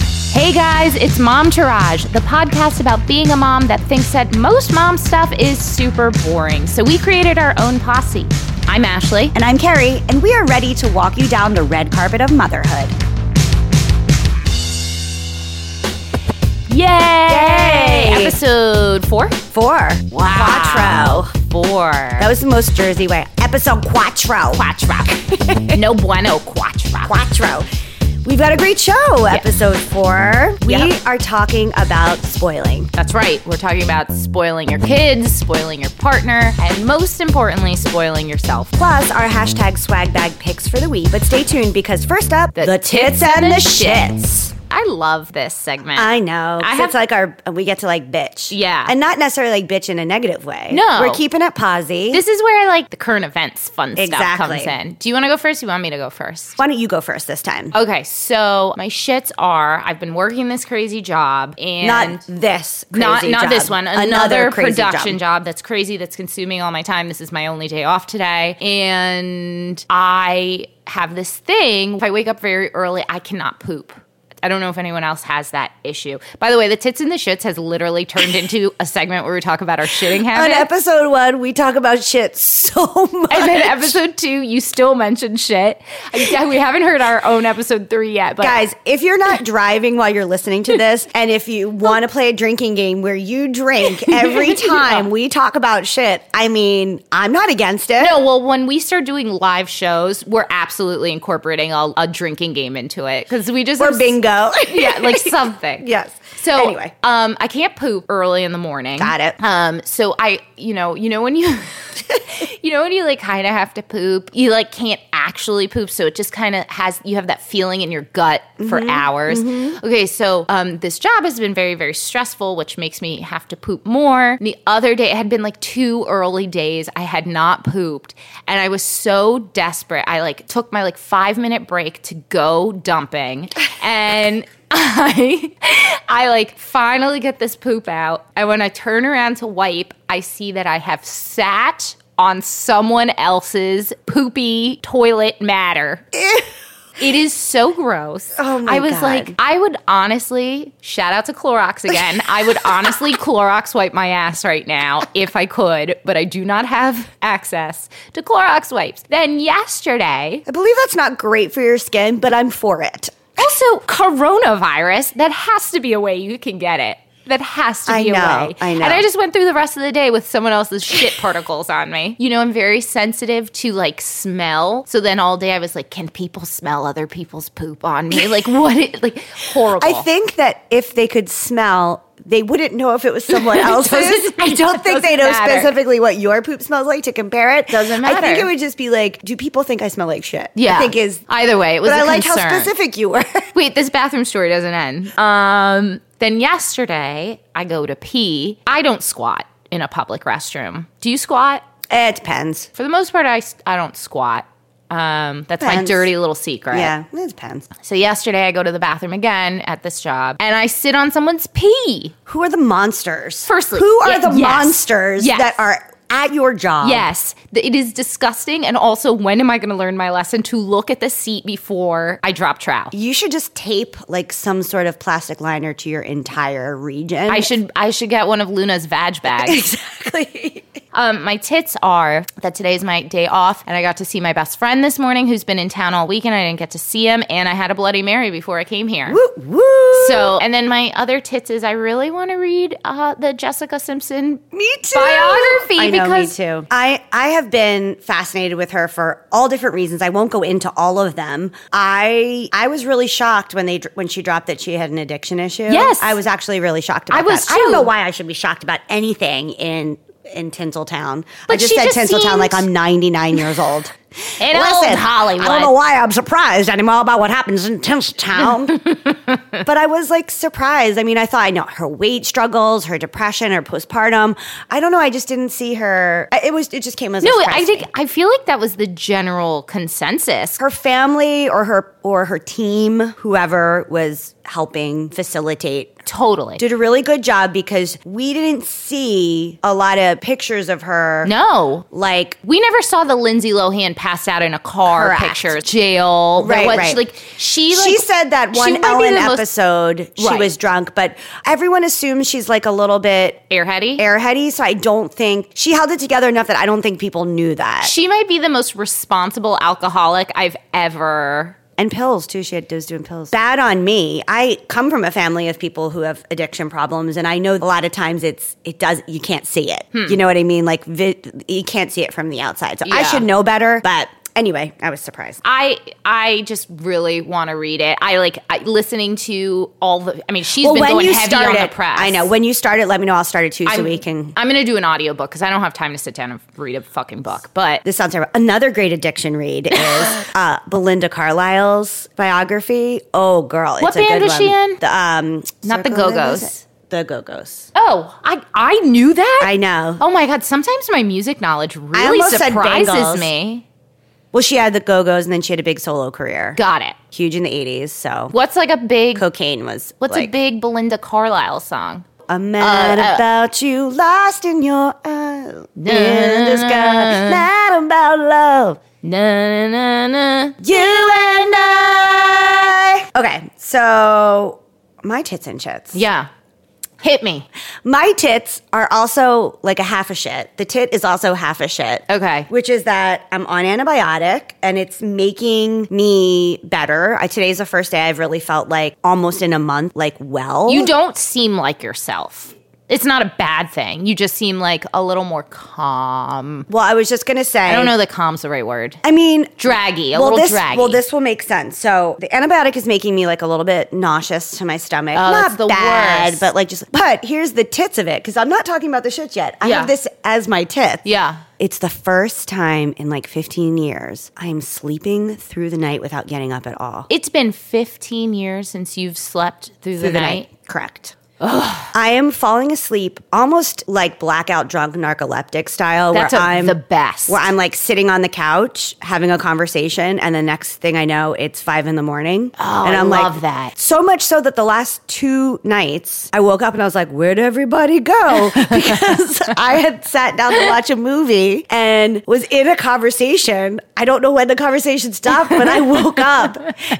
Hey guys, it's Mom Tourage, the podcast about being a mom that thinks that most mom stuff is super boring. So we created our own posse. I'm Ashley. And I'm Carrie, and we are ready to walk you down the red carpet of motherhood. Yay! Episode four. Four. Wow. Quattro. Four. That was the most Jersey way. Episode Quattro. Quattro. no bueno, quattro. Quattro. We've got a great show, episode four. We Yep. are talking about spoiling. That's right. We're talking about spoiling your kids, spoiling your partner, and most importantly, spoiling yourself. Plus, our hashtag swag bag picks for the week. But stay tuned because first up, The tits and the shits. I love this segment. I know. I I have- it's like our we get to like bitch. Yeah. And not necessarily like bitch in a negative way. No. We're keeping it posy. This is where like the current events fun Exactly. stuff comes in. Do you want to go first? You want me to go first? Why don't you go first this time? Okay, so my shits are I've been working this crazy job and not this. Crazy not, not job. this one, another, crazy production job. that's crazy, that's consuming all my time. This is my only day off today. And I have this thing. If I wake up very early, I cannot poop. I don't know if anyone else has that issue. By the way, the tits and the shits has literally turned into a segment where we talk about our shitting On habits. episode one, we talk about shit so much. And then episode two, you still mentioned shit. I- yeah, we haven't heard our own episode three yet, but Guys, if you're not driving while you're listening to this, and if you want to play a drinking game where you drink every time we talk about shit, I mean, I'm not against it. No, well, when we start doing live shows, we're absolutely incorporating a, a drinking game into it because we just Or have- bingo. yeah, like something. Yes. So Anyway. um, I can't poop early in the morning. Got it. Um, so I, you know, you know when you, you know when you like kind of have to poop, you like can't actually poop, so it just kind of has you have that feeling in your gut for Mm-hmm. hours. Okay, so um, this job has been very very stressful, which makes me have to poop more. The other day it had been like two early days I had not pooped, and I was so desperate. I like took my like five minute break to go dumping, and. I I like finally get this poop out. And when I turn around to wipe, I see that I have sat on someone else's poopy toilet matter. It is so gross. Oh my I was God. like, I would honestly, shout out to Clorox again. I would honestly Clorox wipe my ass right now if I could, but I do not have access to Clorox wipes. Then yesterday, I believe that's not great for your skin, but I'm for it. also, coronavirus, that has to be a way you can get it. That has to I be a know, way. I know. And I just went through the rest of the day with someone else's shit particles on me. You know, I'm very sensitive to like smell. So then all day I was like, can people smell other people's poop on me? Like, what? It, like, horrible. I think that if they could smell, they wouldn't know if it was someone else's. doesn't- I don't think they doesn't know matter. specifically what your poop smells like to compare it. Doesn't I think matter. it would just be like, do people think I smell like shit? yeah. I think is. Either way, it was But a I like concern. how specific you were. Wait, this bathroom story doesn't end. Um, then yesterday, I go to pee. I don't squat in a public restroom. Do you squat? it depends. For the most part, I, s- I don't squat. Um, that's my Depends. dirty little secret. Yeah, it depends. So yesterday, I go to the bathroom again at this job, and I sit on someone's pee. Who are the monsters? Firstly, who are yeah, the yes. monsters Yes. that are at your job? Yes, th- it is disgusting. And also, when am I going to learn my lesson to look at the seat before I drop trowel? You should just tape like some sort of plastic liner to your entire region. I should I should get one of Luna's vag bags. exactly. Um, my tits are that today is my day off, and I got to see my best friend this morning, who's been in town all weekend. I didn't get to see him, and I had a Bloody Mary before I came here. Woo, woo. So, and then my other tits is I really want to read uh, the Jessica Simpson Me too. biography I know, because me too. I, I have been fascinated with her for all different reasons. I won't go into all of them. I I was really shocked when they when she dropped that she had an addiction issue. Yes. I was actually really shocked about I was that. I don't too. know why I should be shocked about anything in in Tinseltown. I But just she said just Tinseltown seemed- like I'm 99 years old. in Listen, old Hollywood. I don't know why I'm surprised anymore about what happens in Tinseltown. but I was like surprised. I mean, I thought I know her weight struggles, her depression, her postpartum. I don't know. I just didn't see her. I- It was. It just came as a no, surprise I to think me. I feel like that was the general consensus. her family or her or her team, whoever was helping facilitate. Totally. Did a really good job because we didn't see a lot of pictures of her. no. Like We never saw the Lindsay Lohan passed out in a car Correct. pictures, jail. There Right, was- right. Like she, like, she said that she one might be Ellen the most episode episode, she Right. was drunk, but everyone assumes she's like a little bit Airheady. airheady. So I don't think she held it together enough that I don't think people knew that. she might be the most responsible alcoholic I've ever. and pills too. She had was doing pills. Bad on me. I come from a family of people who have addiction problems, and I know a lot of times it's it does you can't see it. You know what I mean? Like vi- you can't see it from the outside. So I Hmm. Yeah. should know better. But anyway, I was surprised. I I just really want to read it. I like I, listening to all the. I mean, she's been going heavy on the it, press. I know. When you start it, let me know. I'll start it too, so I'm- we can. I'm gonna do an audiobook because I don't have time to sit down and read a fucking book. But This sounds terrible. Another great addiction read is uh, Belinda Carlisle's biography. Oh, girl, What it's a band good was she one. in? The, um, Not the Circle of Go-Go's. Lives? The Go Go's. oh, I I knew that. I know. Oh my god! Sometimes my music knowledge really almost said Bangles. surprises me. Well, she had the Go Go's, and then she had a big solo career, Got it. huge in the '80s. So What's like a big? cocaine was what's like, a big Belinda Carlisle song? I'm mad uh, uh. about you, lost in your eyes, in the sky, mad about love. Na na na. You and I. Okay, so my tits and shits. Yeah. Hit me. My tits are also like a half a shit. The tit is also half a shit. Okay. Which is that I'm on antibiotic and it's making me better. I, today's the first day I've really felt like almost in a month, like well. You don't seem like yourself. It's not a bad thing. You just seem like a little more calm. Well, I was just gonna say. I don't know that calm's the right word. I mean, Draggy, a well little this draggy. well this will make sense. So the antibiotic is making me like a little bit nauseous to my stomach. Oh, not that's the bad, worst. but like just. But here's the tits of it because I'm not talking about the shit yet. I Yeah. have this as my tits. yeah. It's the first time in like 15 years I am sleeping through the night without getting up at all. It's been 15 years since you've slept through, the, night. Correct. I am falling asleep almost like blackout drunk narcoleptic style That's where a- I'm the best. where I'm like sitting on the couch having a conversation and the next thing I know it's five in the morning. Oh, and I I'm love like, that. So much so that the last two nights I woke up and I was like, where'd everybody go? Because I had sat down to watch a movie and was in a conversation. I don't know when the conversation stopped, but I woke up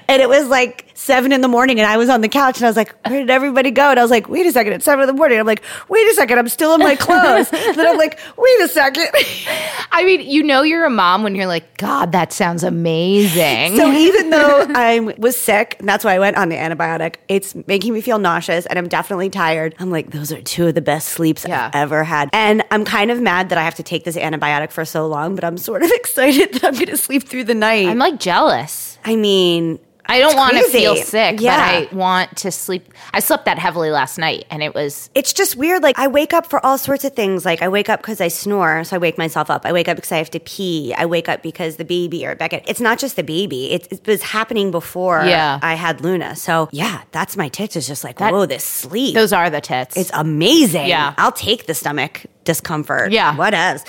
and it was like seven in the morning and I was on the couch and I was like, where did everybody go? And I was like, wait a second, it's seven in the morning. I'm like, wait a second, I'm still in my clothes. then I'm like, wait a second. I mean, you know you're a mom when you're like, God, that sounds amazing. So even though I was sick, and that's why I went on the antibiotic, it's making me feel nauseous and I'm definitely tired. I'm like, those are two of the best sleeps Yeah. I've ever had. And I'm kind of mad that I have to take this antibiotic for so long, but I'm sort of excited that I'm going to sleep through the night. I'm like jealous. I mean, I don't want to crazy. feel sick, Yeah. but I want to sleep. I slept that heavily last night and it was it's just weird. Like I wake up for all sorts of things. Like I wake up because I snore, so I wake myself up. I wake up because I have to pee. I wake up because the baby or Beckett. It's not just the baby. It, it was happening before Yeah. I had Luna. So yeah, that's my tits. Is just like whoa, this sleep. those are the tits. it's amazing. Yeah. I'll take the stomach discomfort. Yeah. what else?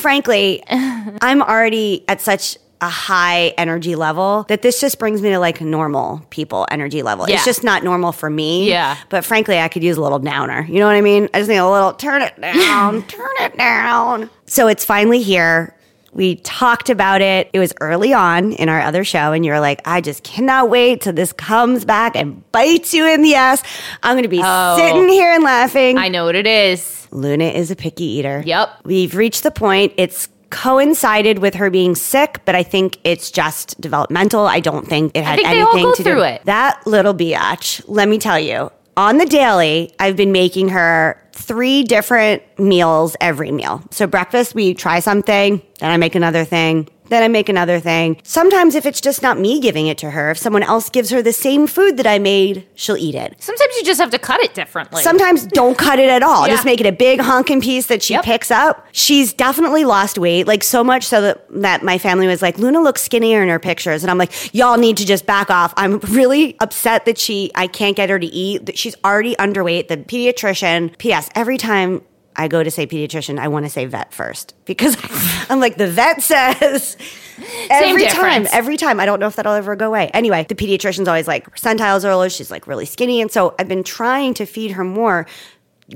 frankly, I'm already at such. A high energy level that this just brings me to like normal people energy level. Yeah. It's just not normal for me. Yeah. But frankly, I could use a little downer. You know what I mean? I just need a little turn it down, turn it down. So it's finally here. We talked about it. It was early on in our other show, and you were like, I just cannot wait till this comes back and bites you in the ass. I'm going to be Oh. sitting here and laughing. I know what it is. Luna is a picky eater. Yep. We've reached the point. It's coincided with her being sick, but I think it's just developmental. I don't think it had think they all anything go to do through it. That little biatch, let me tell you. On the daily, I've been making her three different meals every meal. So breakfast, we try something, then I make another thing. Then I make another thing. Sometimes, if it's just not me giving it to her, if someone else gives her the same food that I made, she'll eat it. Sometimes you just have to cut it differently. Sometimes don't cut it at all. Yeah. Just make it a big honking piece that she Yep. picks up. She's definitely lost weight, like so much so that, that my family was like, Luna looks skinnier in her pictures. And I'm like, y'all need to just back off. I'm really upset that she, I can't get her to eat. that She's already underweight. The pediatrician, P.S., every time I go to say pediatrician, I want to say vet first because I'm like, the vet says every time, difference. every time. I don't know if that'll ever go away. Anyway, the pediatrician's always like, her percentiles are low. She's like really skinny. And so I've been trying to feed her more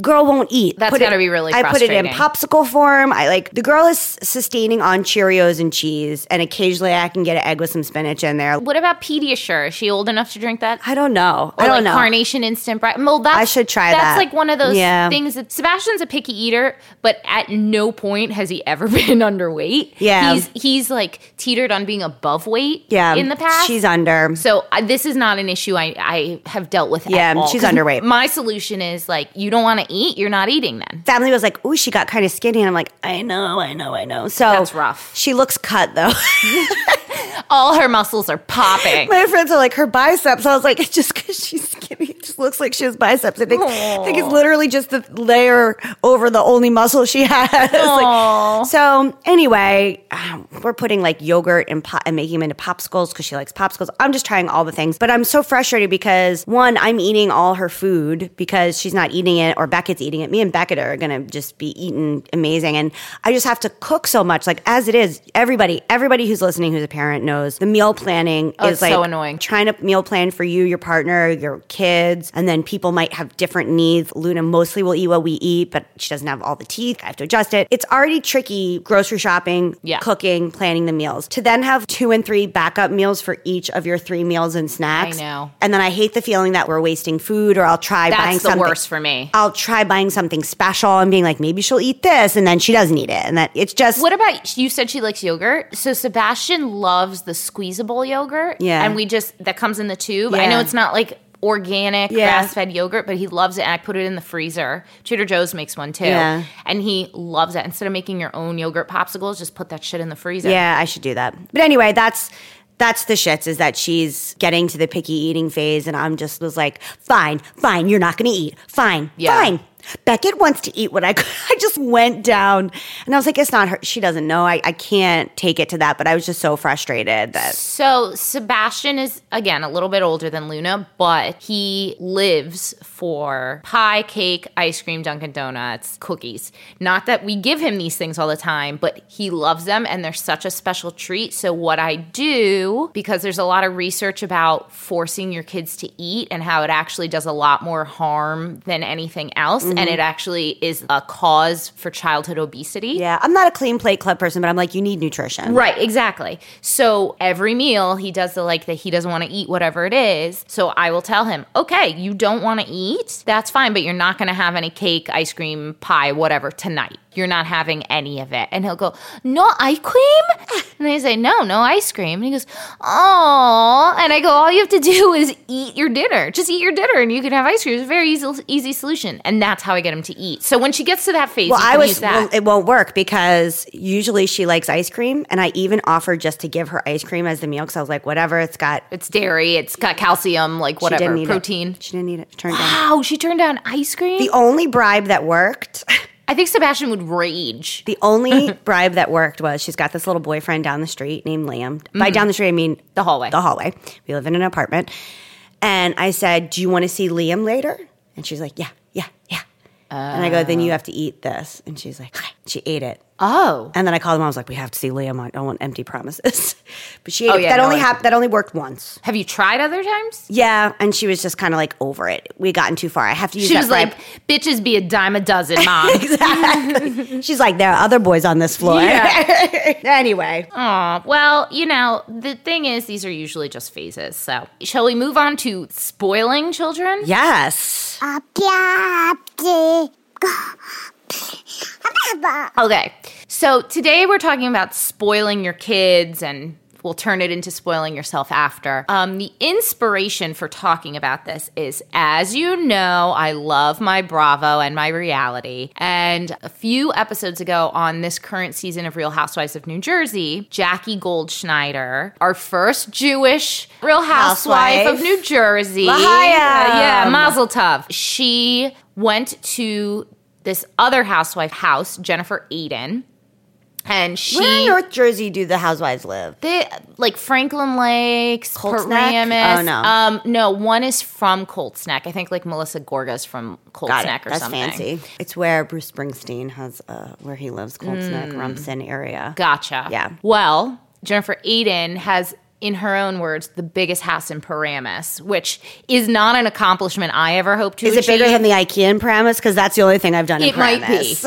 girl won't eat. That's Put it- gotta be really I put it in frustrating. popsicle form. I like the girl is sustaining on Cheerios and cheese, and occasionally I can get an egg with some spinach in there. What about Pediasure? Is she old enough to drink that? I don't know. Or I don't like know. carnation instant bread. Well, that's, I should try that's that. like one of those Yeah. things that Sebastian's a picky eater, but at no point has he ever been underweight. Yeah. he's he's like teetered on being above weight. yeah, in the past she's under. So I, this is not an issue I, I have dealt with. at Yeah, all. she's 'Cause underweight. My solution is like you don't want to eat, you're not eating then. Family was like, "Ooh, she got kind of skinny," and I'm like, "I know, I know, I know." So That's rough. She looks cut though. All her muscles are popping. My friends are like her biceps. I was like, just because she's skinny, it just looks like she has biceps. I think, I think it's literally just the layer over the only muscle she has. Like, Aw. so anyway, um, we're putting like yogurt and, po- and making them into popsicles because she likes popsicles. I'm just trying all the things, but I'm so frustrated because one, I'm eating all her food because she's not eating it, or Beckett's eating it. Me and Beckett are gonna just be eating amazing, and I just have to cook so much. Like as it is, everybody, everybody who's listening who's a parent knows the meal planning Oh, is it's like so annoying. trying to meal plan for you, your partner, your kids, and then people might have different needs. Luna mostly will eat what we eat, but she doesn't have all the teeth. I have to adjust it. It's already tricky grocery shopping, Yeah. cooking, planning the meals. To then have two and three backup meals for each of your three meals and snacks. I know. And then I hate the feeling that we're wasting food or I'll try buying That's the something. worst for me. I'll try buying something special and being like, maybe she'll eat this, and then she doesn't eat it. And that it's just What about you said she likes yogurt? So Sebastian loves the squeezable yogurt. Yeah. And we just that comes in the tube. I Yeah. know it's not like organic Yeah. grass fed yogurt, but he loves it and I put it in the freezer. Trader Joe's makes one too. Yeah. And he loves it. Instead of making your own yogurt popsicles, just put that shit in the freezer. Yeah, I should do that. But anyway, that's that's the shits is that she's getting to the picky eating phase, and I'm just was like, fine, fine, you're not going to eat, fine, Yeah. fine. Beckett wants to eat what I could. I just went down, and I was like, it's not her. She doesn't know. I, I can't take it to that. But I was just so frustrated that So Sebastian is again a little bit older than Luna, but he lives for pie, cake, ice cream, Dunkin' Donuts, cookies. Not that we give him these things all the time, but he loves them and they're such a special treat. So what I do because there's a lot of research about forcing your kids to eat and how it actually does a lot more harm than anything else and it actually is a cause for childhood obesity. yeah, I'm not a clean plate club person, but I'm like, you need nutrition. Right, exactly. So every meal he does the like that he doesn't want to eat whatever it is. So I will tell him, "Okay, you don't want to eat. That's fine, but you're not going to have any cake, ice cream, pie, whatever tonight. You're not having any of it." And he'll go, "No ice cream?" And I say, "No, no ice cream." And he goes, "Oh." And I go, "All you have to do is eat your dinner. Just eat your dinner and you can have ice cream. It's a very easy easy solution." And that's how I get him to eat. So when she gets to that phase, Well, you I can use was. that. Well, it won't work because usually she likes ice cream, and I even offered just to give her ice cream as the meal because I was like, whatever, it's got It's dairy. It's got calcium, like she didn't whatever need it. protein. She didn't need it. Turned down. Wow, she turned down ice cream. The only bribe that worked, I think Sebastian would rage. the only bribe that worked was she's got this little boyfriend down the street named Liam. By Mm-hmm. down the street, I mean The hallway. The hallway. We live in an apartment. And I said, Do you want to see Liam later? And she's like, Yeah, yeah, yeah. and I go, Then Uh. you have to eat this. And she's like, okay. She ate it. Oh, And then I called him. I was like, "We have to see Liam. I don't want empty promises." but she ate Oh, it. yeah, that no, only I- hap- that only worked once. have you tried other times? Yeah, and she was just kind of like over it. We gotten too far. I have to use She that was bribe. like, "Bitches be a dime a dozen, mom." exactly. She's like, there are other boys on this floor. anyway, Aw, well, you know, the thing is, these are usually just phases. So, shall we move on to spoiling children? yes. Okay. So today we're talking about spoiling your kids and we'll turn it into spoiling yourself after. Um, the inspiration for talking about this is, as you know, I love my Bravo and my reality. And a few episodes ago on this current season of Real Housewives of New Jersey, Jackie Goldschneider, our first Jewish Real Housewife, Housewife. of New Jersey. L'chaim. Um, yeah, Mazel Tov. She went to this other housewife house, Jennifer Aiden, and she Where in North Jersey do the housewives live? they like Franklin Lakes, Colts Paramus. Neck? Oh, no. um, no, one is from Colts Neck. I think like Melissa Gorga's from Colts Got it. Neck or That's something. fancy. It's where Bruce Springsteen has, uh, where Mm. he lives, Colts Neck, Rumson area. Gotcha. Yeah. Well, Jennifer Aiden has in her own words, the biggest house in Paramus, which is not an accomplishment I ever hope to Is it achieve. bigger than the IKEA in Paramus? Because that's the only thing I've done in it might be. Paramus.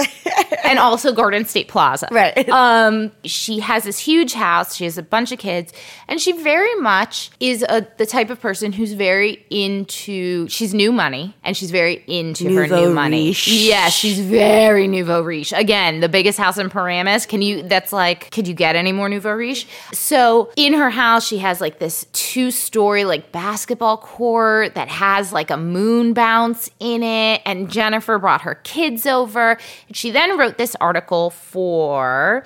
and also Garden State Plaza. Right. Um, she has this huge house. She has a bunch of kids, and she very much is a the type of person who's very into. She's new money, and she's very into her Nouveau new money. riche. Yeah, she's very nouveau riche. Again, the biggest house in Paramus. Can you? That's like, could you get any more nouveau riche? So in her house, she has like this two story like basketball court that has like a moon bounce in it, and Jennifer brought her kids over. And she then wrote this article for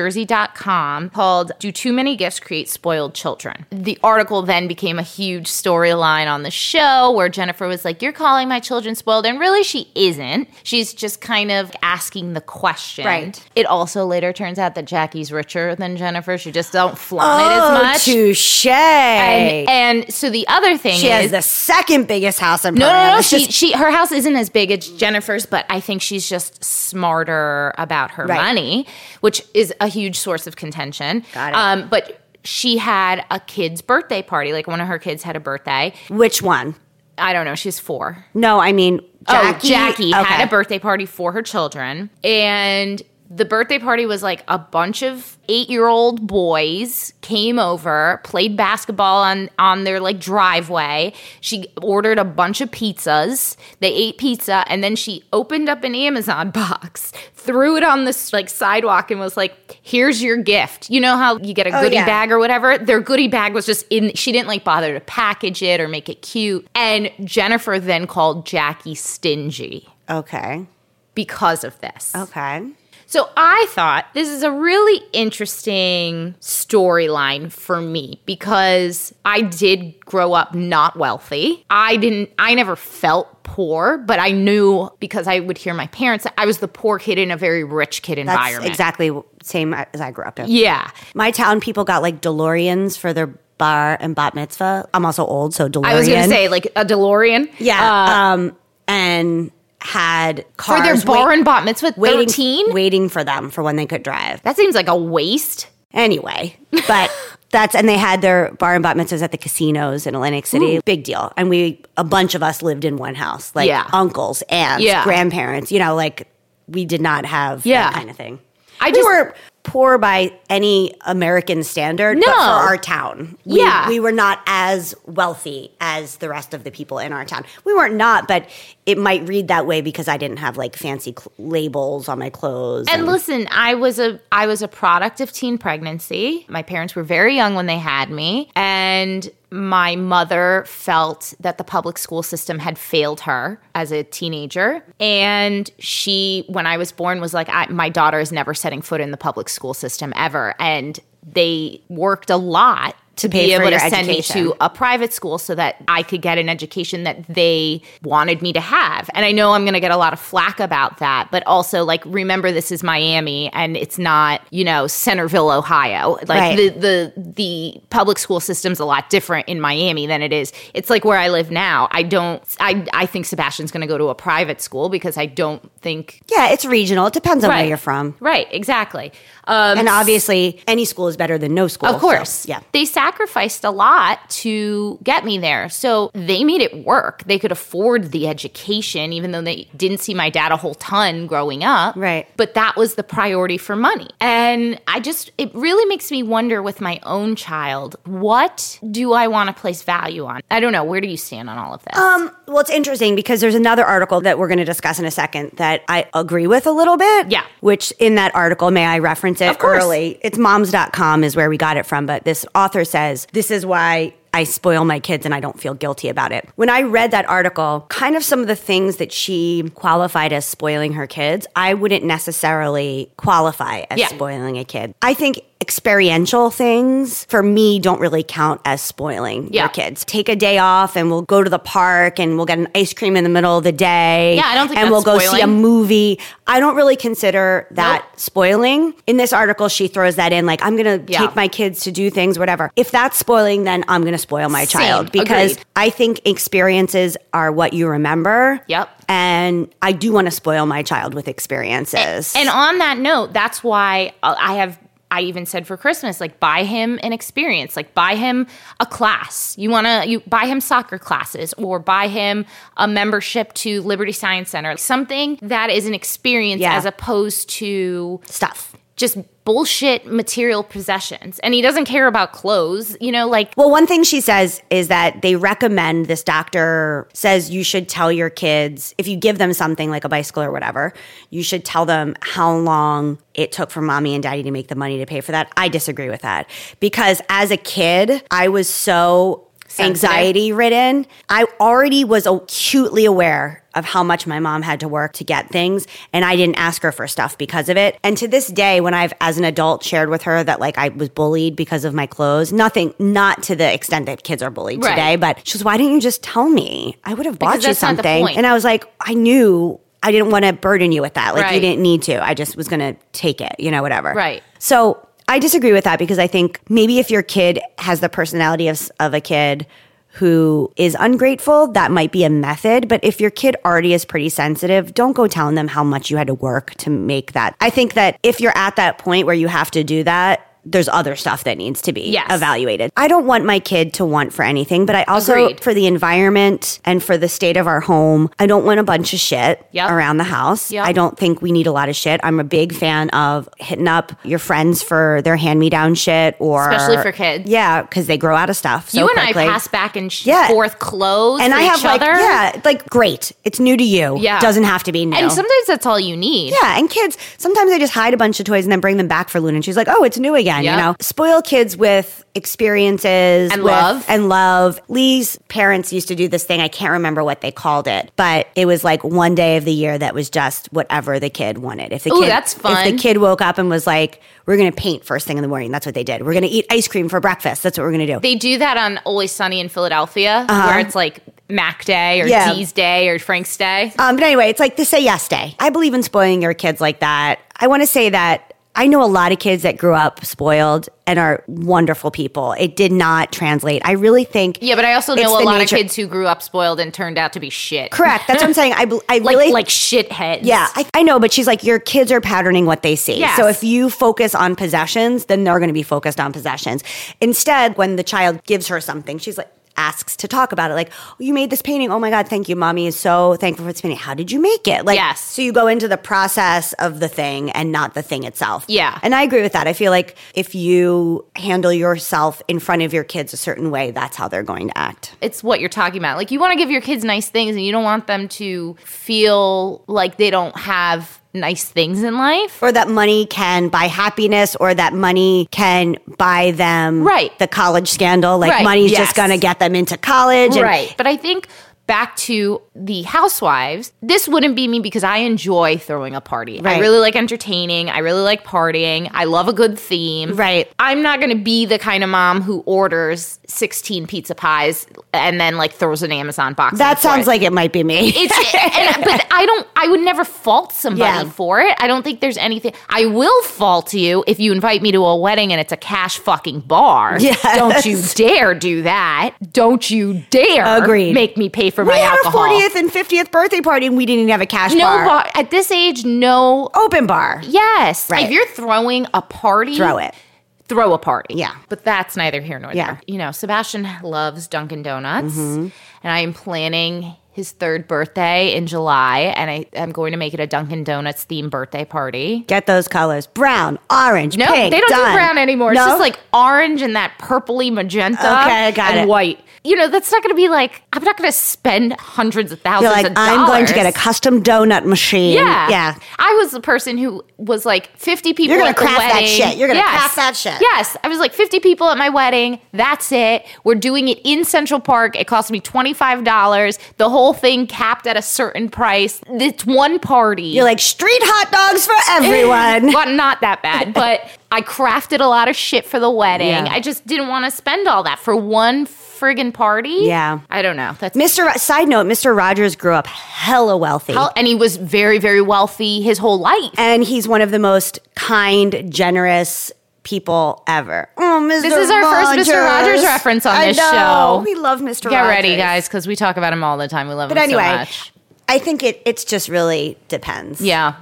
NorthJersey.com called "Do Too Many Gifts Create Spoiled Children?" The article then became a huge storyline on the show where Jennifer was like, "You're calling my children spoiled," and really she isn't. She's just kind of asking the question. Right. It also later turns out that Jackie's richer than Jennifer. She just don't flaunt it as Oh, much. touche. and, and so the other thing she is has the second biggest house in no, no, no. Paramus. She, Um, Just- she, her house isn't as big as Jennifer's, but I think she's just smarter about her Right. money, which is a huge source of contention. Got it. Um, but she had a kid's birthday party. Like one of her kids had a birthday. which one? I don't know. She's four. No, I mean Jackie. Oh, Jackie Okay. had a birthday party for her children. And the birthday party was like a bunch of eight-year-old boys came over, played basketball on on their like driveway. She ordered a bunch of pizzas. They ate pizza, and then she opened up an Amazon box, threw it on this like sidewalk, and was like, "Here's your gift." You know how you get a goodie yeah. bag or whatever? Their goodie bag was just in. She didn't like bother to package it or make it cute. And Jennifer then called Jackie stingy Okay. because of this. Okay. So I thought this is a really interesting storyline for me because I did grow up not wealthy. I didn't I never felt poor, but I knew because I would hear my parents that I was the poor kid in a very rich kid That's environment. exactly w- same as I grew up in. Yeah. My town people got like DeLoreans for their bar and bat mitzvah. I'm also old, so DeLorean. I was going to say like a DeLorean. yeah. um, and had For cars Uh, their bar wait- and bat mitzvah, waiting, thirteen. waiting for them for when they could drive. That seems like a waste. Anyway, but that's and they had their bar and bat mitzvahs at the casinos in Atlantic City. Big deal. And we a bunch of us lived in one house, like Yeah. uncles, aunts, Yeah. grandparents. You know, like we did not have Yeah. that kind of thing. I we just- were poor by any American standard, but No. for our town, we, Yeah. we were not as wealthy as the rest of the people in our town. We weren't not, but it might read that way because I didn't have like fancy cl- labels on my clothes. And listen, I was a I was a product of teen pregnancy. My parents were very young when they had me, and my mother felt that the public school system had failed her as a teenager. And she, when I was born, was like, I, "My daughter is never setting foot in the public school system ever." And they worked a lot to pay be for able to your send me education. to a private school so that I could get an education that they wanted me to have. And I know I'm going to get a lot of flack about that, but also like remember this is Miami and it's not, you know, Centerville, Ohio. Like Right. the the the public school system's a lot different in Miami than it is. It's like where I live now. I don't I I think Sebastian's going to go to a private school because I don't think yeah, it's regional. It depends on Right. where you're from. Right, exactly. Um And obviously, any school is better than no school. Of course. So, yeah. They sacrificed a lot to get me there. So they made it work. They could afford the education, even though they didn't see my dad a whole ton growing up. Right. But that was the priority for money. And I just, it really makes me wonder with my own child, what do I want to place value on? I don't know. Where do you stand on all of this? Um, well, it's interesting because there's another article that we're going to discuss in a second that I agree with a little bit. Yeah. Which in that article, may I reference it Of course. early? It's moms.com is where we got it from, but this author says, This is why I spoil my kids and I don't feel guilty about it. When I read that article, kind of some of the things that she qualified as spoiling her kids, I wouldn't necessarily qualify as Yeah. spoiling a kid. I think experiential things for me don't really count as spoiling Yeah. your kids. Take a day off and we'll go to the park and we'll get an ice cream in the middle of the day. Yeah, I don't think that's And we'll go see a spoiling. movie. I don't really consider Nope. that spoiling. In this article, she throws that in like, I'm going to Yeah. take my kids to do things, whatever. If that's spoiling, then I'm going to spoil my Same. child because Agreed. I think experiences are what you remember. Yep. And I do want to spoil my child with experiences. And on that note, that's why uh, I I have. I I even said for Christmas, like buy him an experience, like buy him a class. You want to you buy him soccer classes or buy him a membership to Liberty Science Center, something that is an experience Yeah. as opposed to Stuff. just bullshit material possessions. And he doesn't care about clothes, you know, like Well, one thing she says is that they recommend this doctor says you should tell your kids if you give them something like a bicycle or whatever, you should tell them how long it took for mommy and daddy to make the money to pay for that. I disagree with that because as a kid, I was so Sensitive. anxiety ridden. I already was acutely aware of how much my mom had to work to get things and I didn't ask her for stuff because of it. And to this day when I've as an adult shared with her that like I was bullied because of my clothes, nothing not to the extent that kids are bullied Right. today, but she was why didn't you just tell me? I would have bought you that's not the something. point. And I was like, I knew I didn't want to burden you with that. Like you Right. didn't need to. I just was going to take it, you know, whatever. Right. So I disagree with that because I think maybe if your kid has the personality of, of a kid who is ungrateful, that might be a method. But if your kid already is pretty sensitive, don't go telling them how much you had to work to make that. I think that if you're at that point where you have to do that, there's other stuff that needs to be Yes. evaluated. I don't want my kid to want for anything, but I also, Agreed. for the environment and for the state of our home, I don't want a bunch of shit Yep. around the house. Yep. I don't think we need a lot of shit. I'm a big fan of hitting up your friends for their hand me down shit or Especially for kids. Yeah, because they grow out of stuff. So you and quickly. I pass back and sh- Yeah. forth clothes and for I have each like other. yeah, like great. It's new to you. Yeah. doesn't have to be new. And sometimes that's all you need. Yeah, and kids sometimes they just hide a bunch of toys and then bring them back for Luna, and she's like, "Oh, it's new again." Yeah. You know, spoil kids with experiences And with- love. and love. Lee's parents used to do this thing. I can't remember what they called it, but it was like one day of the year that was just whatever the kid wanted. If the Ooh, kid, that's If fun. the kid woke up and was like, "We're gonna paint first thing in the morning," that's what they did. We're gonna eat ice cream for breakfast. That's what we're gonna do. They do that on Always Sunny in Philadelphia, where it's like Mac Day or Uh-huh. Yeah. D's Day or Frank's Day. Um, but anyway, it's like the say yes day. I believe in spoiling your kids like that. I want to say that I know a lot of kids that grew up spoiled and are wonderful people. It did not translate. I really think. Yeah, but I also It's know a the lot nature- of kids who grew up spoiled and turned out to be shit. Correct. That's what I'm saying. I, bel- I Like really like shitheads. Yeah, I, I know, but she's like, your kids are patterning what they see. Yes. So if you focus on possessions, then they're going to be focused on possessions. Instead, when the child gives her something, she's like, asks to talk about it like oh, you made this painting oh my god thank you mommy is so thankful for this painting how did you make it like Yes. so you go into the process of the thing and not the thing itself Yeah. and i agree with that i feel like if you handle yourself in front of your kids a certain way that's how they're going to act It's what you're talking about. Like you want to give your kids nice things and you don't want them to feel like they don't have nice things in life. or that money can buy happiness or that money can buy them Right. the college scandal like Right, money's yes. just going to get them into college and- right. But I think back to the housewives, this wouldn't be me because I enjoy throwing a party. I Right. really like entertaining. I really like partying. I love a good theme. Right. I'm not going to be the kind of mom who orders 16 pizza pies and then like throws an Amazon box. that in for sounds it. like it might be me It's, and, but I don't. I would never fault somebody Yeah. for it. I don't think there's anything. I will fault you if you invite me to a wedding and it's a cash fucking bar. Yes. Don't you dare do that. Don't you dare. Agreed. Make me pay for we my had alcohol. a 40th and 50th birthday party and we didn't even have a cash no bar. bar at this age. No. open bar Yes. Right. If you're throwing a party, throw it throw a party. Yeah. But that's neither here nor Yeah. there. You know, Sebastian loves Dunkin' Donuts, and I am planning his third birthday in July, and I am going to make it a Dunkin' Donuts themed birthday party. get those colors brown orange No, pink, they don't done. do brown anymore. No? It's just like orange and that purpley magenta Okay, I got and it. white. You know, that's not going to be like, I'm not going to spend hundreds of 1000s you're like of dollars. i'm going to get a custom donut machine Yeah. yeah I was the person who was like 50 people You're gonna at the craft that wedding. shit. You're gonna craft that shit. Yes. I was like 50 people at my wedding. That's it. We're doing it in Central Park. It cost me $25. The whole thing capped at a certain price. It's one party. you're like street hot dogs for everyone Well, not that bad, but I crafted a lot of shit for the wedding. Yeah. I just didn't want to spend all that for one friggin' party. Yeah. I don't know. That's mr Ro- side note mr rogers grew up hella wealthy and he was very, very wealthy his whole life. and he's one of the most kind, generous people ever. Oh, Mr. This is our first Rogers. Mr. Rogers reference on I this know. show. We love Mr. Get Rogers. ready, guys, because we talk about him all the time. We love But him anyway, so much. I think it it's just really depends. Yeah.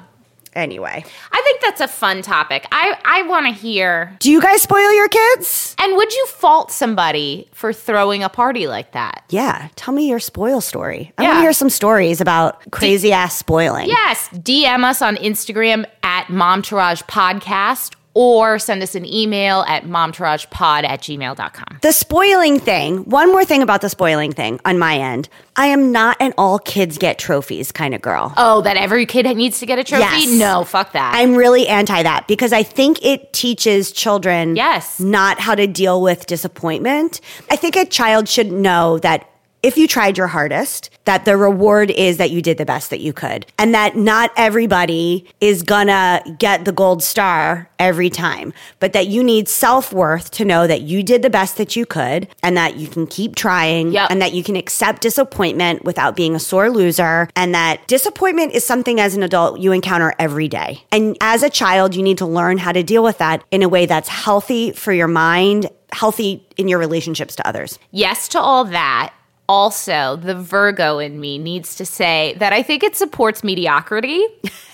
anyway. I think that's a fun topic. I, I want to hear. Do you guys spoil your kids? And would you fault somebody for throwing a party like that? Yeah. Tell me your spoil story. I want Yeah. to hear some stories about crazy ass spoiling. Yes. DM us on Instagram at MomTourage Podcast or send us an email at MomTouragePod at gmail.com. The spoiling thing, one more thing about the spoiling thing on my end. I am not an all kids get trophies kind of girl. Oh, that every kid needs to get a trophy? Yes. No, fuck that. I'm really anti that because I think it teaches children Yes. not how to deal with disappointment. I think a child should know that if you tried your hardest, that the reward is that you did the best that you could and that not everybody is gonna get the gold star every time, but that you need self-worth to know that you did the best that you could and that you can keep trying Yep. and that you can accept disappointment without being a sore loser and that disappointment is something as an adult you encounter every day. And as a child, you need to learn how to deal with that in a way that's healthy for your mind, healthy in your relationships to others. yes to all that. Also, the Virgo in me needs to say that I think it supports mediocrity.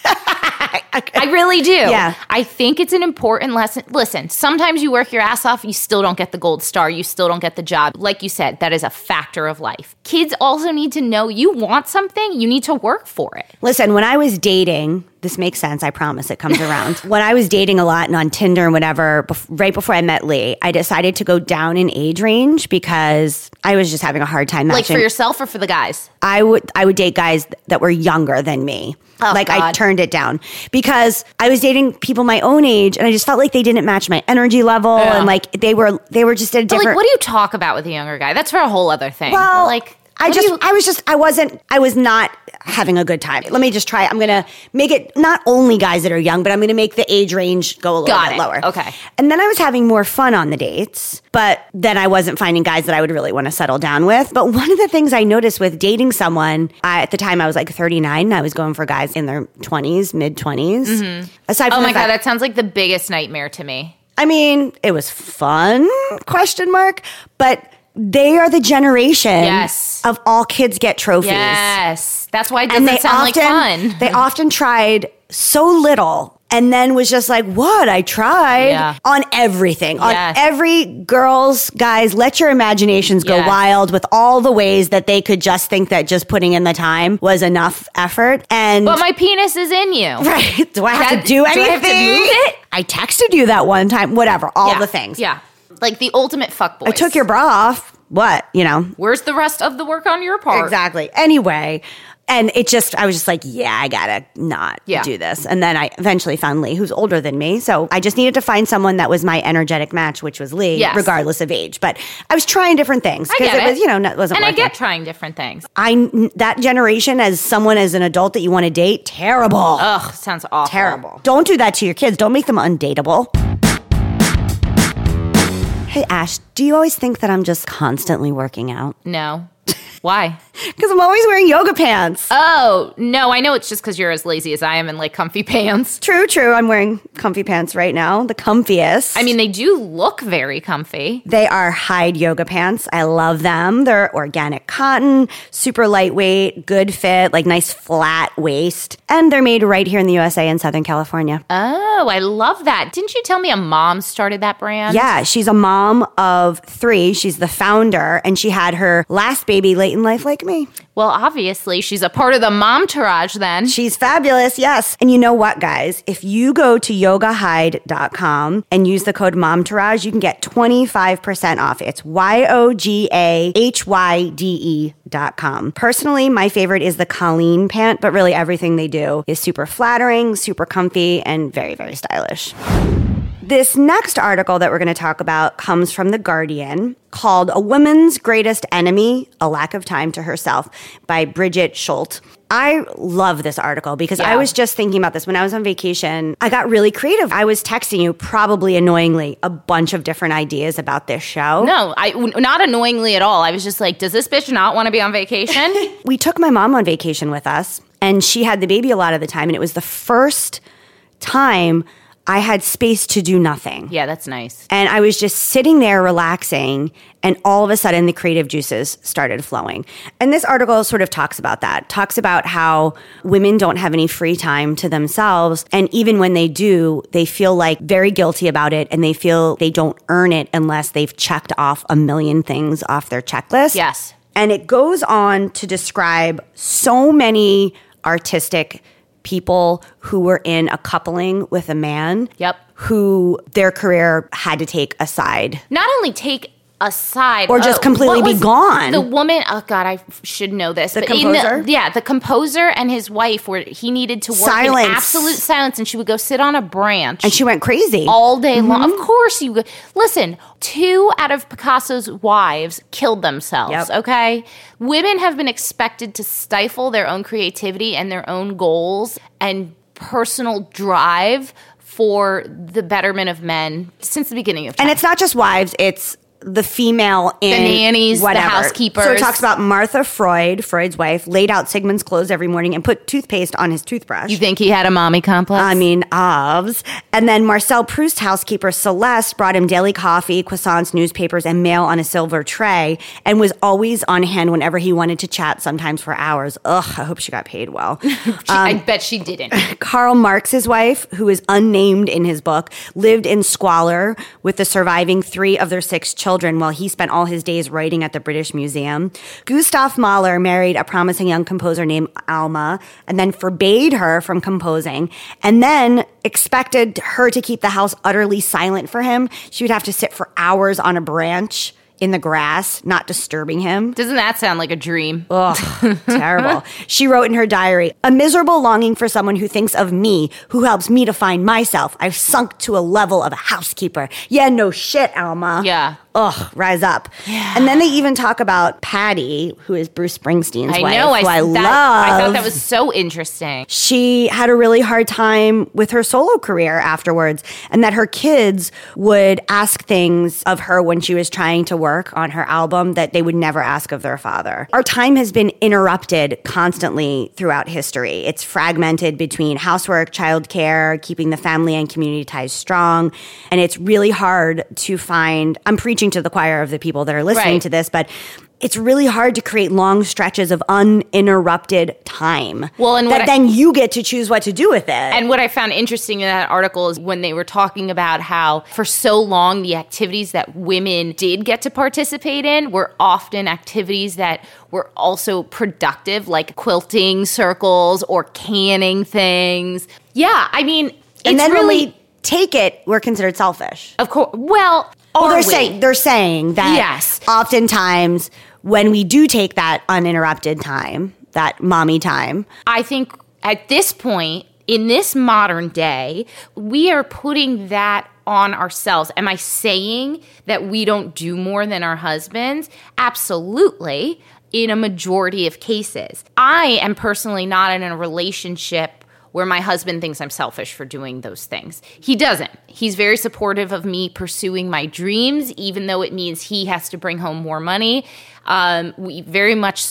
I really do. Yeah. I think it's an important lesson. Listen, sometimes you work your ass off, you still don't get the gold star, you still don't get the job. Like you said, that is a factor of life. Kids also need to know you want something, you need to work for it. Listen, when I was dating, this makes sense. I promise it comes around. when I was dating a lot and on Tinder and whatever, bef- right before I met Lee, I decided to go down in age range because I was just having a hard time Like matching. for yourself or for the guys. I would I would date guys that were younger than me. Oh, like I God. turned it down because I was dating people my own age, and I just felt like they didn't match my energy level, Yeah. and like they were they were just at a But different. like, what do you talk about with a younger guy? That's for a whole other thing. well, like, I what do just you- I was just I wasn't I was not having a good time. Let me just try. I'm gonna make it not only guys that are young, but I'm gonna make the age range go a little Got bit it. lower. Okay. And then I was having more fun on the dates, but then I wasn't finding guys that I would really want to settle down with. But one of the things I noticed with dating someone, I, at the time I was like 39 and I was going for guys in their 20s, mid 20s. Aside from oh the my God, fact- that sounds like the biggest nightmare to me. I mean, it was fun, question mark, but they are the generation Yes. of all kids get trophies. Yes. That's why it doesn't And they sound often like fun. they often tried so little and then was just like, "What? I tried Yeah. on everything. Yes. On every girls, guys, let your imaginations go Yes. wild with all the ways that they could just think that just putting in the time was enough effort." And But my penis is in you. right, do I have That- to do do I have to anything? move it? I texted you that one time, whatever, all Yeah. the things. Yeah. Like the ultimate fuck boy. I took your bra off. What, you know? Where's the rest of the work on your part? Exactly. Anyway, and it just I was just like, yeah, I gotta not Yeah. do this. And then I eventually found Lee, who's older than me. So I just needed to find someone that was my energetic match, which was Lee, Yes. regardless of age. But I was trying different things I get it, it. was, you know, not, wasn't And I working. get trying different things. I that generation as someone as an adult that you want to date, terrible. Ugh, sounds awful. Terrible. Don't do that to your kids. Don't make them undateable. Hey Ash, do you always think that I'm just constantly working out? No. Why? Because I'm always wearing yoga pants. Oh, no, I know it's just because you're as lazy as I am in like comfy pants. True, true. I'm wearing comfy pants right now, the comfiest. I mean, they do look very comfy. they are hide yoga pants. I love them. They're organic cotton, super lightweight, good fit, like nice flat waist. And they're made right here in the USA in Southern California. Oh, I love that. Didn't you tell me a mom started that brand? yeah, she's a mom of three. She's the founder, and she had her last baby late in life, like me. Well, obviously, she's a part of the momtourage then. She's fabulous, yes. And you know what, guys? If you go to yogahide.com and use the code MOMTOURAGE, you can get 25% off. It's Y O G A H Y D E dot com. Personally, my favorite is the Colleen pant, but really everything they do is super flattering, super comfy, and very, very stylish. This next article that we're going to talk about comes from The Guardian called A Woman's Greatest Enemy A Lack of Time to Herself by Bridget Schultz. I love this article because I Yeah. was just thinking about this when I was on vacation. I got really creative. I was texting you, probably annoyingly, a bunch of different ideas about this show. No, I w- not annoyingly at all. I was just like, does this bitch not want to be on vacation? We took my mom on vacation with us, and she had the baby a lot of the time, and it was the first time. I had space to do nothing. Yeah, that's nice. And I was just sitting there relaxing, and all of a sudden the creative juices started flowing. And this article sort of talks about that, talks about how women don't have any free time to themselves. And even when they do, they feel like very guilty about it and they feel they don't earn it unless they've checked off a million things off their checklist. Yes. And it goes on to describe so many artistic people who were in a coupling with a man. Yep. Who their career had to take aside. Not only take aside Or just completely what be was gone. The woman, oh god, I f- should know this. The in composer? yeah, the composer and his wife were he needed to work Silence. in absolute silence, and she would go sit on a branch And she went crazy. all day long. Of Mm-hmm. course, you listen. Two out of Picasso's wives killed themselves. Yep. Okay, women have been expected to stifle their own creativity and their own goals and personal drive for the betterment of men since the beginning of time. and it's not just wives, it's the female in nannies, the whatever. housekeepers. So it talks about Martha Freud, Freud's wife, laid out Sigmund's clothes every morning and put toothpaste on his toothbrush. you think he had a mommy complex? I mean, obs. And then Marcel Proust housekeeper Celeste brought him daily coffee, croissants, newspapers, and mail on a silver tray, and was always on hand whenever he wanted to chat, sometimes for hours. Ugh, I hope she got paid well. She- I um, bet she didn't. Karl Marx's wife, who is unnamed in his book, lived in squalor with the surviving three of their six children while he spent all his days writing at the British Museum. Gustav Mahler married a promising young composer named Alma and then forbade her from composing and then expected her to keep the house utterly silent for him. She would have to sit for hours on a branch in the grass, not disturbing him. Doesn't that sound like a dream? Ugh, terrible. She wrote in her diary, a miserable longing for someone who thinks of me, who helps me to find myself. I've sunk to a level of a housekeeper. Yeah, no shit, Alma. Yeah. Ugh, rise up. And then they even talk about Patty, who is Bruce Springsteen's I wife, know. I, who I that, love. I thought that was so interesting. she had a really hard time with her solo career afterwards, and that her kids would ask things of her when she was trying to work on her album that they would never ask of their father. Our time has been interrupted constantly throughout history. It's fragmented between housework, childcare, keeping the family and community ties strong, and it's really hard to find. I'm preaching to the choir of the people that are listening Right. to this, but it's really hard to create long stretches of uninterrupted time. Well, and that what I- then you get to choose what to do with it. And what I found interesting in that article is when they were talking about how for so long the activities that women did get to participate in were often activities that were also productive, like quilting circles or canning things. Yeah, I mean, it's And then really, when we take it, we're considered selfish. of course, well, Oh, are they're we? saying they're saying that Yes. oftentimes when we do take that uninterrupted time, that mommy time, I think at this point, in this modern day, we are putting that on ourselves. Am I saying that we don't do more than our husbands? Absolutely, in a majority of cases. I am personally not in a relationship where my husband thinks I'm selfish for doing those things. He doesn't. He's very supportive of me pursuing my dreams, even though it means he has to bring home more money. Um, we very much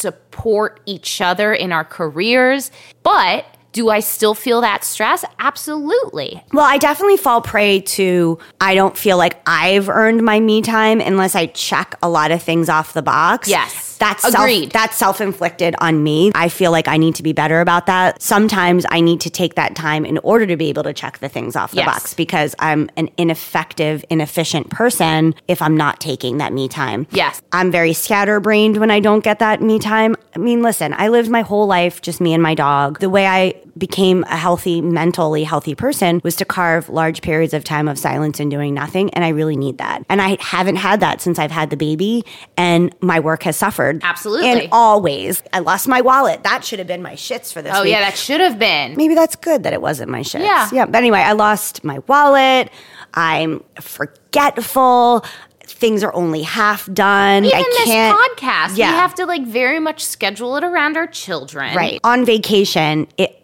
support each other in our careers, but do I still feel that stress? Absolutely. Well, I definitely fall prey to I don't feel like I've earned my me time unless I check a lot of things off the box. Yes. That's Agreed. Self, that's self-inflicted on me. I feel like I need to be better about that. Sometimes I need to take that time in order to be able to check the things off the Yes. box because I'm an ineffective, inefficient person if I'm not taking that me time. Yes. I'm very scatterbrained when I don't get that me time. I mean, listen, I lived my whole life just me and my dog. The way I became a healthy, mentally healthy person was to carve large periods of time of silence and doing nothing. And I really need that. And I haven't had that since I've had the baby, and my work has suffered. Absolutely. In all ways. I lost my wallet. That should have been my shits for this Oh, week. yeah, that should have been. Maybe that's good that it wasn't my shits. Yeah. Yeah. But anyway, I lost my wallet. I'm forgetful. Things are only half done. Even I this can't. podcast, Yeah. we have to like very much schedule it around our children. right on vacation it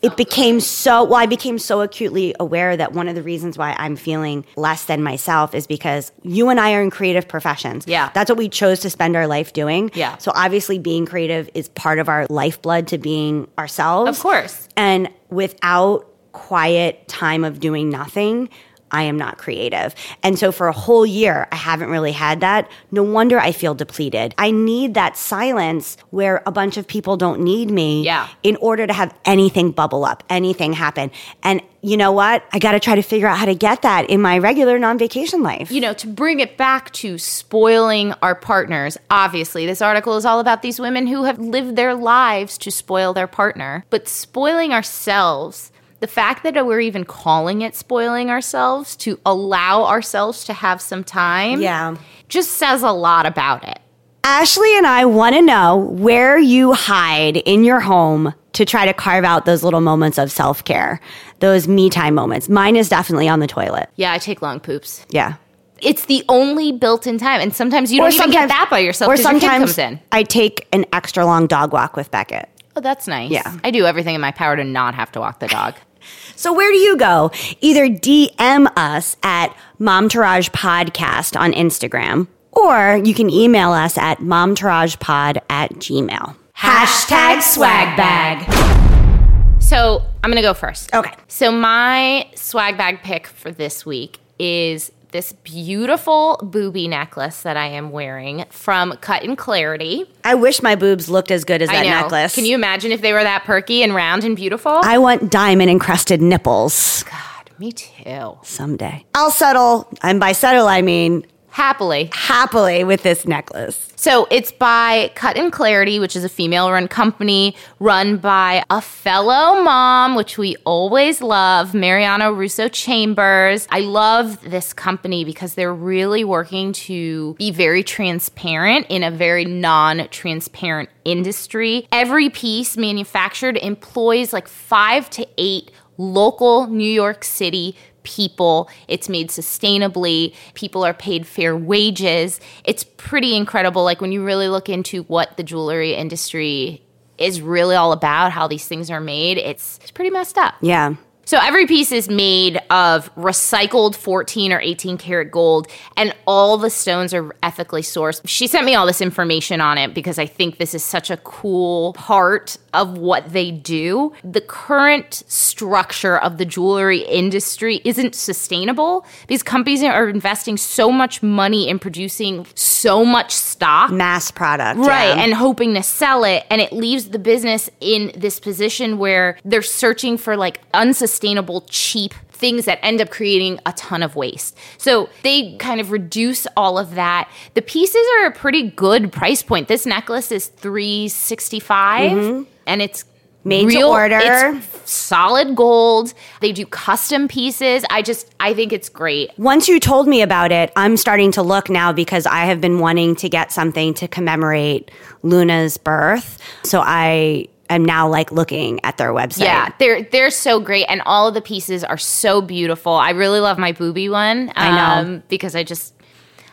it became so well i became so acutely aware that one of the reasons why i'm feeling less than myself is because you and i are in creative professions Yeah. that's what we chose to spend our life doing Yeah. so obviously being creative is part of our lifeblood to being ourselves Of course. and without quiet time of doing nothing, I am not creative. And so for a whole year, I haven't really had that. No wonder I feel depleted. I need that silence where a bunch of people don't need me Yeah. in order to have anything bubble up, anything happen. And you know what? I got to try to figure out how to get that in my regular non vacation life. you know, to bring it back to spoiling our partners, obviously, this article is all about these women who have lived their lives to spoil their partner. But spoiling ourselves, the fact that we're even calling it spoiling ourselves to allow ourselves to have some time, Yeah. just says a lot about it. Ashley and I want to know where you hide in your home to try to carve out those little moments of self care, those me time moments. Mine is definitely on the toilet. Yeah, I take long poops. Yeah. It's the only built-in time, and sometimes you don't even get that by yourself. or 'cause your kid sometimes comes in. I take an extra long dog walk with Beckett. Oh, that's nice. Yeah. I do everything in my power to not have to walk the dog. So where do you go? Either DM us at Momtourage Podcast on Instagram, or you can email us at momtouragepod at gmail. Hashtag swag bag. So I'm gonna go first. Okay. So my swag bag pick for this week is this beautiful booby necklace that I am wearing from Cut and Clarity. I wish my boobs looked as good as I that know. necklace. Can you imagine if they were that perky and round and beautiful? I want diamond encrusted nipples God, me too. someday. I'll settle, and by settle I mean Happily. happily with this necklace. So it's by Cut and Clarity, which is a female run company run by a fellow mom, which we always love, Mariano Russo Chambers. I love this company because they're really working to be very transparent in a very non transparent industry. Every piece manufactured employs like five to eight local New York City people. It's made sustainably. People are paid fair wages. It's pretty incredible. Like when you really look into what the jewelry industry is really all about, how these things are made, it's, it's pretty messed up. Yeah. So every piece is made of recycled 14 or 18 karat gold, and all the stones are ethically sourced. She sent me all this information on it because I think this is such a cool part of what they do. The current structure of the jewelry industry isn't sustainable. These companies are investing so much money in producing so much stock Mass product. right yeah. and hoping to sell it and it leaves the business in this position where they're searching for like unsustainable cheap things that end up creating a ton of waste so they kind of reduce all of that the pieces are a pretty good price point this necklace is 365 and it's Mm-hmm. Made to order. it's solid gold they do custom pieces i just i think it's great Once you told me about it, I'm starting to look now because I have been wanting to get something to commemorate Luna's birth. So I am now like looking at their website. Yeah, they're they're so great, and all of the pieces are so beautiful. I really love my booby one. Um, I know. because I just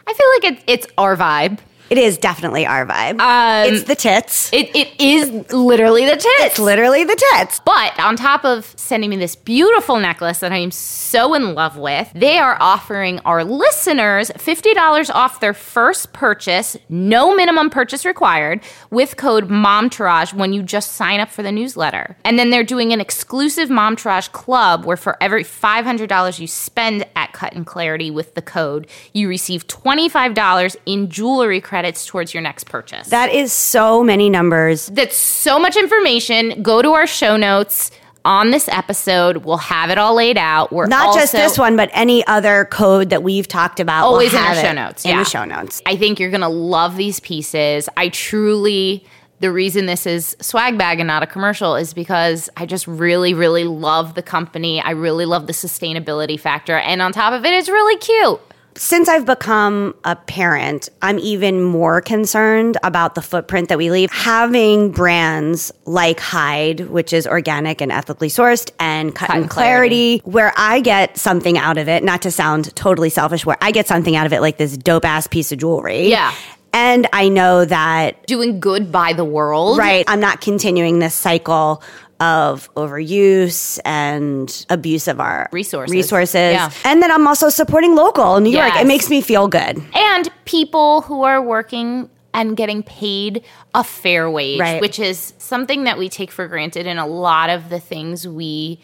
I feel like it, it's our vibe. It is definitely our vibe. Um, it's the tits. It it is literally the tits. It's literally the tits. But on top of sending me this beautiful necklace that I am so in love with, they are offering our listeners $50 off their first purchase, no minimum purchase required, with code MOMTOURAGE when you just sign up for the newsletter. And then they're doing an exclusive MOMTOURAGE club where for every $500 you spend at Cut and Clarity with the code, you receive $25 in jewelry credits towards your next purchase. That is so many numbers. That's so much information. Go to our show notes on this episode. We'll have it all laid out. We're Not just also- this one, but any other code that we've talked about. we'll Always in our have show it notes, In yeah. the show notes. I think you're going to love these pieces. I truly, the reason this is swag bag and not a commercial is because I just really, really love the company. I really love the sustainability factor. And on top of it, it's really cute. Since I've become a parent, I'm even more concerned about the footprint that we leave. Having brands like Hyde, which is organic and ethically sourced, and Cut, and and Clarity, where I get something out of it, not to sound totally selfish, where I get something out of it like this dope ass piece of jewelry. Yeah. And I know that Doing good by the world. Right. I'm not continuing this cycle of overuse and abuse of our Resources. Resources. Yeah. And then I'm also supporting local in New York. Yes. It makes me feel good. and people who are working and getting paid a fair wage, Right. which is something that we take for granted in a lot of the things we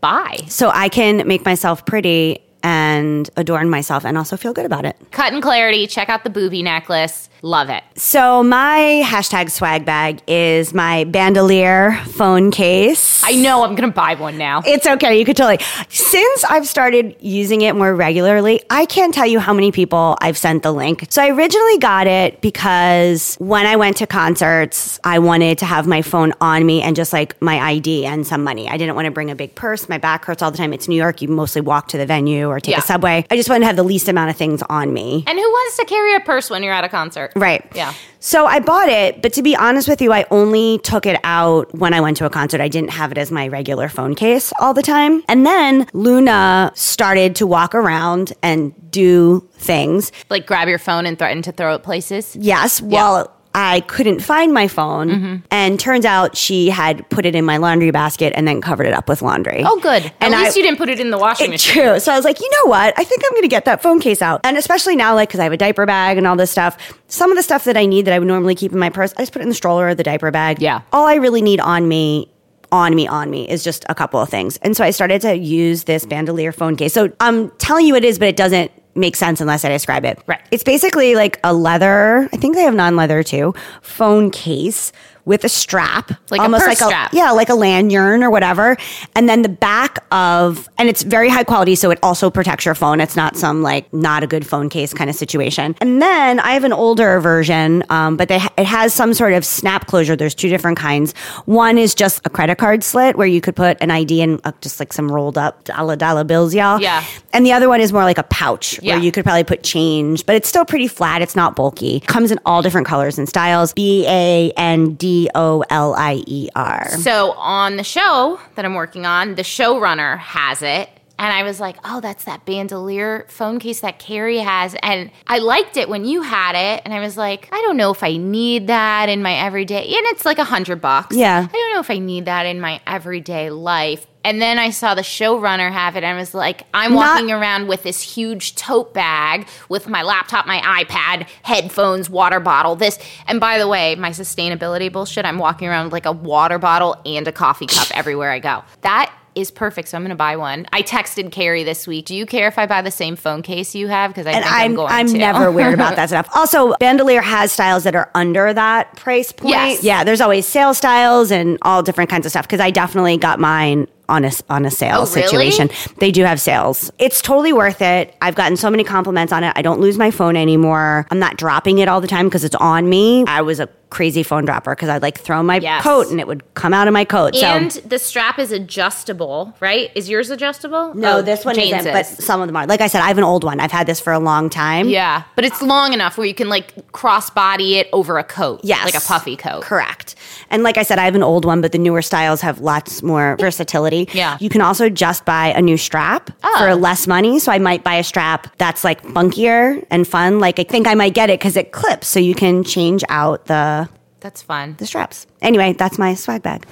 buy. So I can make myself pretty and adorn myself and also feel good about it. Cut and clarity. Check out the booby necklace. Love it. So my hashtag swag bag is my bandolier phone case. I know I'm gonna buy one now. It's okay. You could totally. Since I've started using it more regularly, I can't tell you how many people I've sent the link. So I originally got it because when I went to concerts, I wanted to have my phone on me and just like my ID and some money. I didn't want to bring a big purse. My back hurts all the time. It's New York. You mostly walk to the venue or take Yeah. a subway. I just wanted to have the least amount of things on me. and who wants to carry a purse when you're at a concert? Right. Yeah. So I bought it, but to be honest with you, I only took it out when I went to a concert. I didn't have it as my regular phone case all the time. And then Luna started to walk around and do things. Like grab your phone and threaten to throw it places. Yes, well, I couldn't find my phone. Mm-hmm. And turns out she had put it in my laundry basket and then covered it up with laundry. Oh, good. At And least I- you didn't put it in the washing machine. True. So I was like, you know what? I think I'm going to get that phone case out. And especially now, like, because I have a diaper bag and all this stuff. Some of the stuff that I need that I would normally keep in my purse, I just put it in the stroller or the diaper bag. Yeah. All I really need on me. On me, on me is just a couple of things. And so I started to use this bandolier phone case. So I'm telling you it is, but it doesn't make sense unless I describe it. Right. It's basically like a leather, I think they have non leather too, phone case with a strap. Like a purse like strap. Yeah, yeah, like a lanyard or whatever. And then the back of, and it's very high quality, so it also protects your phone. It's not some like not a good phone case kind of situation. And then I have an older version, um, but they, it has some sort of snap closure. There's two different kinds. One is just a credit card slit where you could put an ID and uh, just like some rolled up dollar dollar bills, y'all. Yeah. And the other one is more like a pouch Yeah. where you could probably put change, but it's still pretty flat. It's not bulky. Comes in all different colors and styles. B A N D O L I E R. So on the show that I'm working on, the showrunner has it. And I was like, oh, that's that bandolier phone case that Carrie has. And I liked it when you had it. And I was like, I don't know if I need that in my everyday. And it's like a hundred bucks. Yeah. I don't know if I need that in my everyday life. And then I saw the showrunner have it. And I was like, I'm Not- walking around with this huge tote bag with my laptop, my iPad, headphones, water bottle, this. And by the way, my sustainability bullshit, I'm walking around with like a water bottle and a coffee cup everywhere I go. That is perfect. So I'm going to buy one. I texted Carrie this week. Do you care if I buy the same phone case you have? Because I And think I'm, I'm going I'm to. never weird about that stuff. Also, Bandolier has styles that are under that price point. Yes. Yeah, there's always sale styles and all different kinds of stuff because I definitely got mine on a s- on a sale Oh, really? situation. They do have sales. It's totally worth it. I've gotten so many compliments on it. I don't lose my phone anymore. I'm not dropping it all the time because it's on me. I was a crazy phone dropper because I'd like throw my Yes. coat and it would come out of my coat. and so the strap is adjustable, right? Is yours adjustable? no, Oh, this one Jane's isn't, but is. some of them are. Like I said, I have an old one. I've had this for a long time. Yeah, but it's long enough where you can like crossbody it over a coat. Yes. Like a puffy coat. Correct. And like I said, I have an old one, but the newer styles have lots more versatility. Yeah. Oh. You can also just buy a new strap for less money. So I might buy a strap that's like funkier and fun. Like I think I might get it because it clips. So you can change out the, That's fun. the straps. Anyway, that's my swag bag.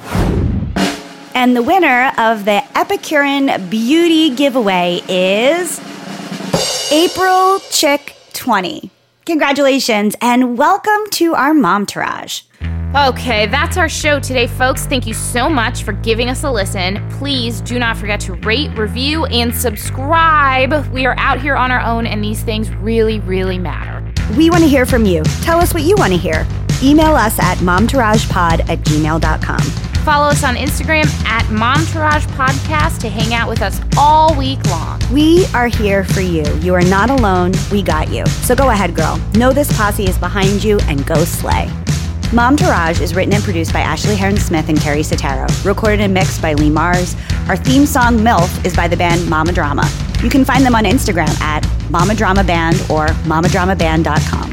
And the winner of the Epicurean Beauty Giveaway is April Chick 20. Congratulations and welcome to our mom tourage. Okay, that's our show today, folks. Thank you so much for giving us a listen. Please do not forget to rate, review, and subscribe. We are out here on our own, and these things really, really matter. We want to hear from you. Tell us what you want to hear. Email us at momtouragepod at gmail.com. Follow us on Instagram at Momtourage Podcast to hang out with us all week long. We are here for you. You are not alone. We got you. So go ahead, girl. Know this posse is behind you and go slay. Mom Tourage is written and produced by Ashley Heron Smith and Carrie Sotero. Recorded and mixed by Lee Mars. Our theme song, MILF, is by the band Mama Drama. You can find them on Instagram at Mama Drama Band or mamadramaband.com.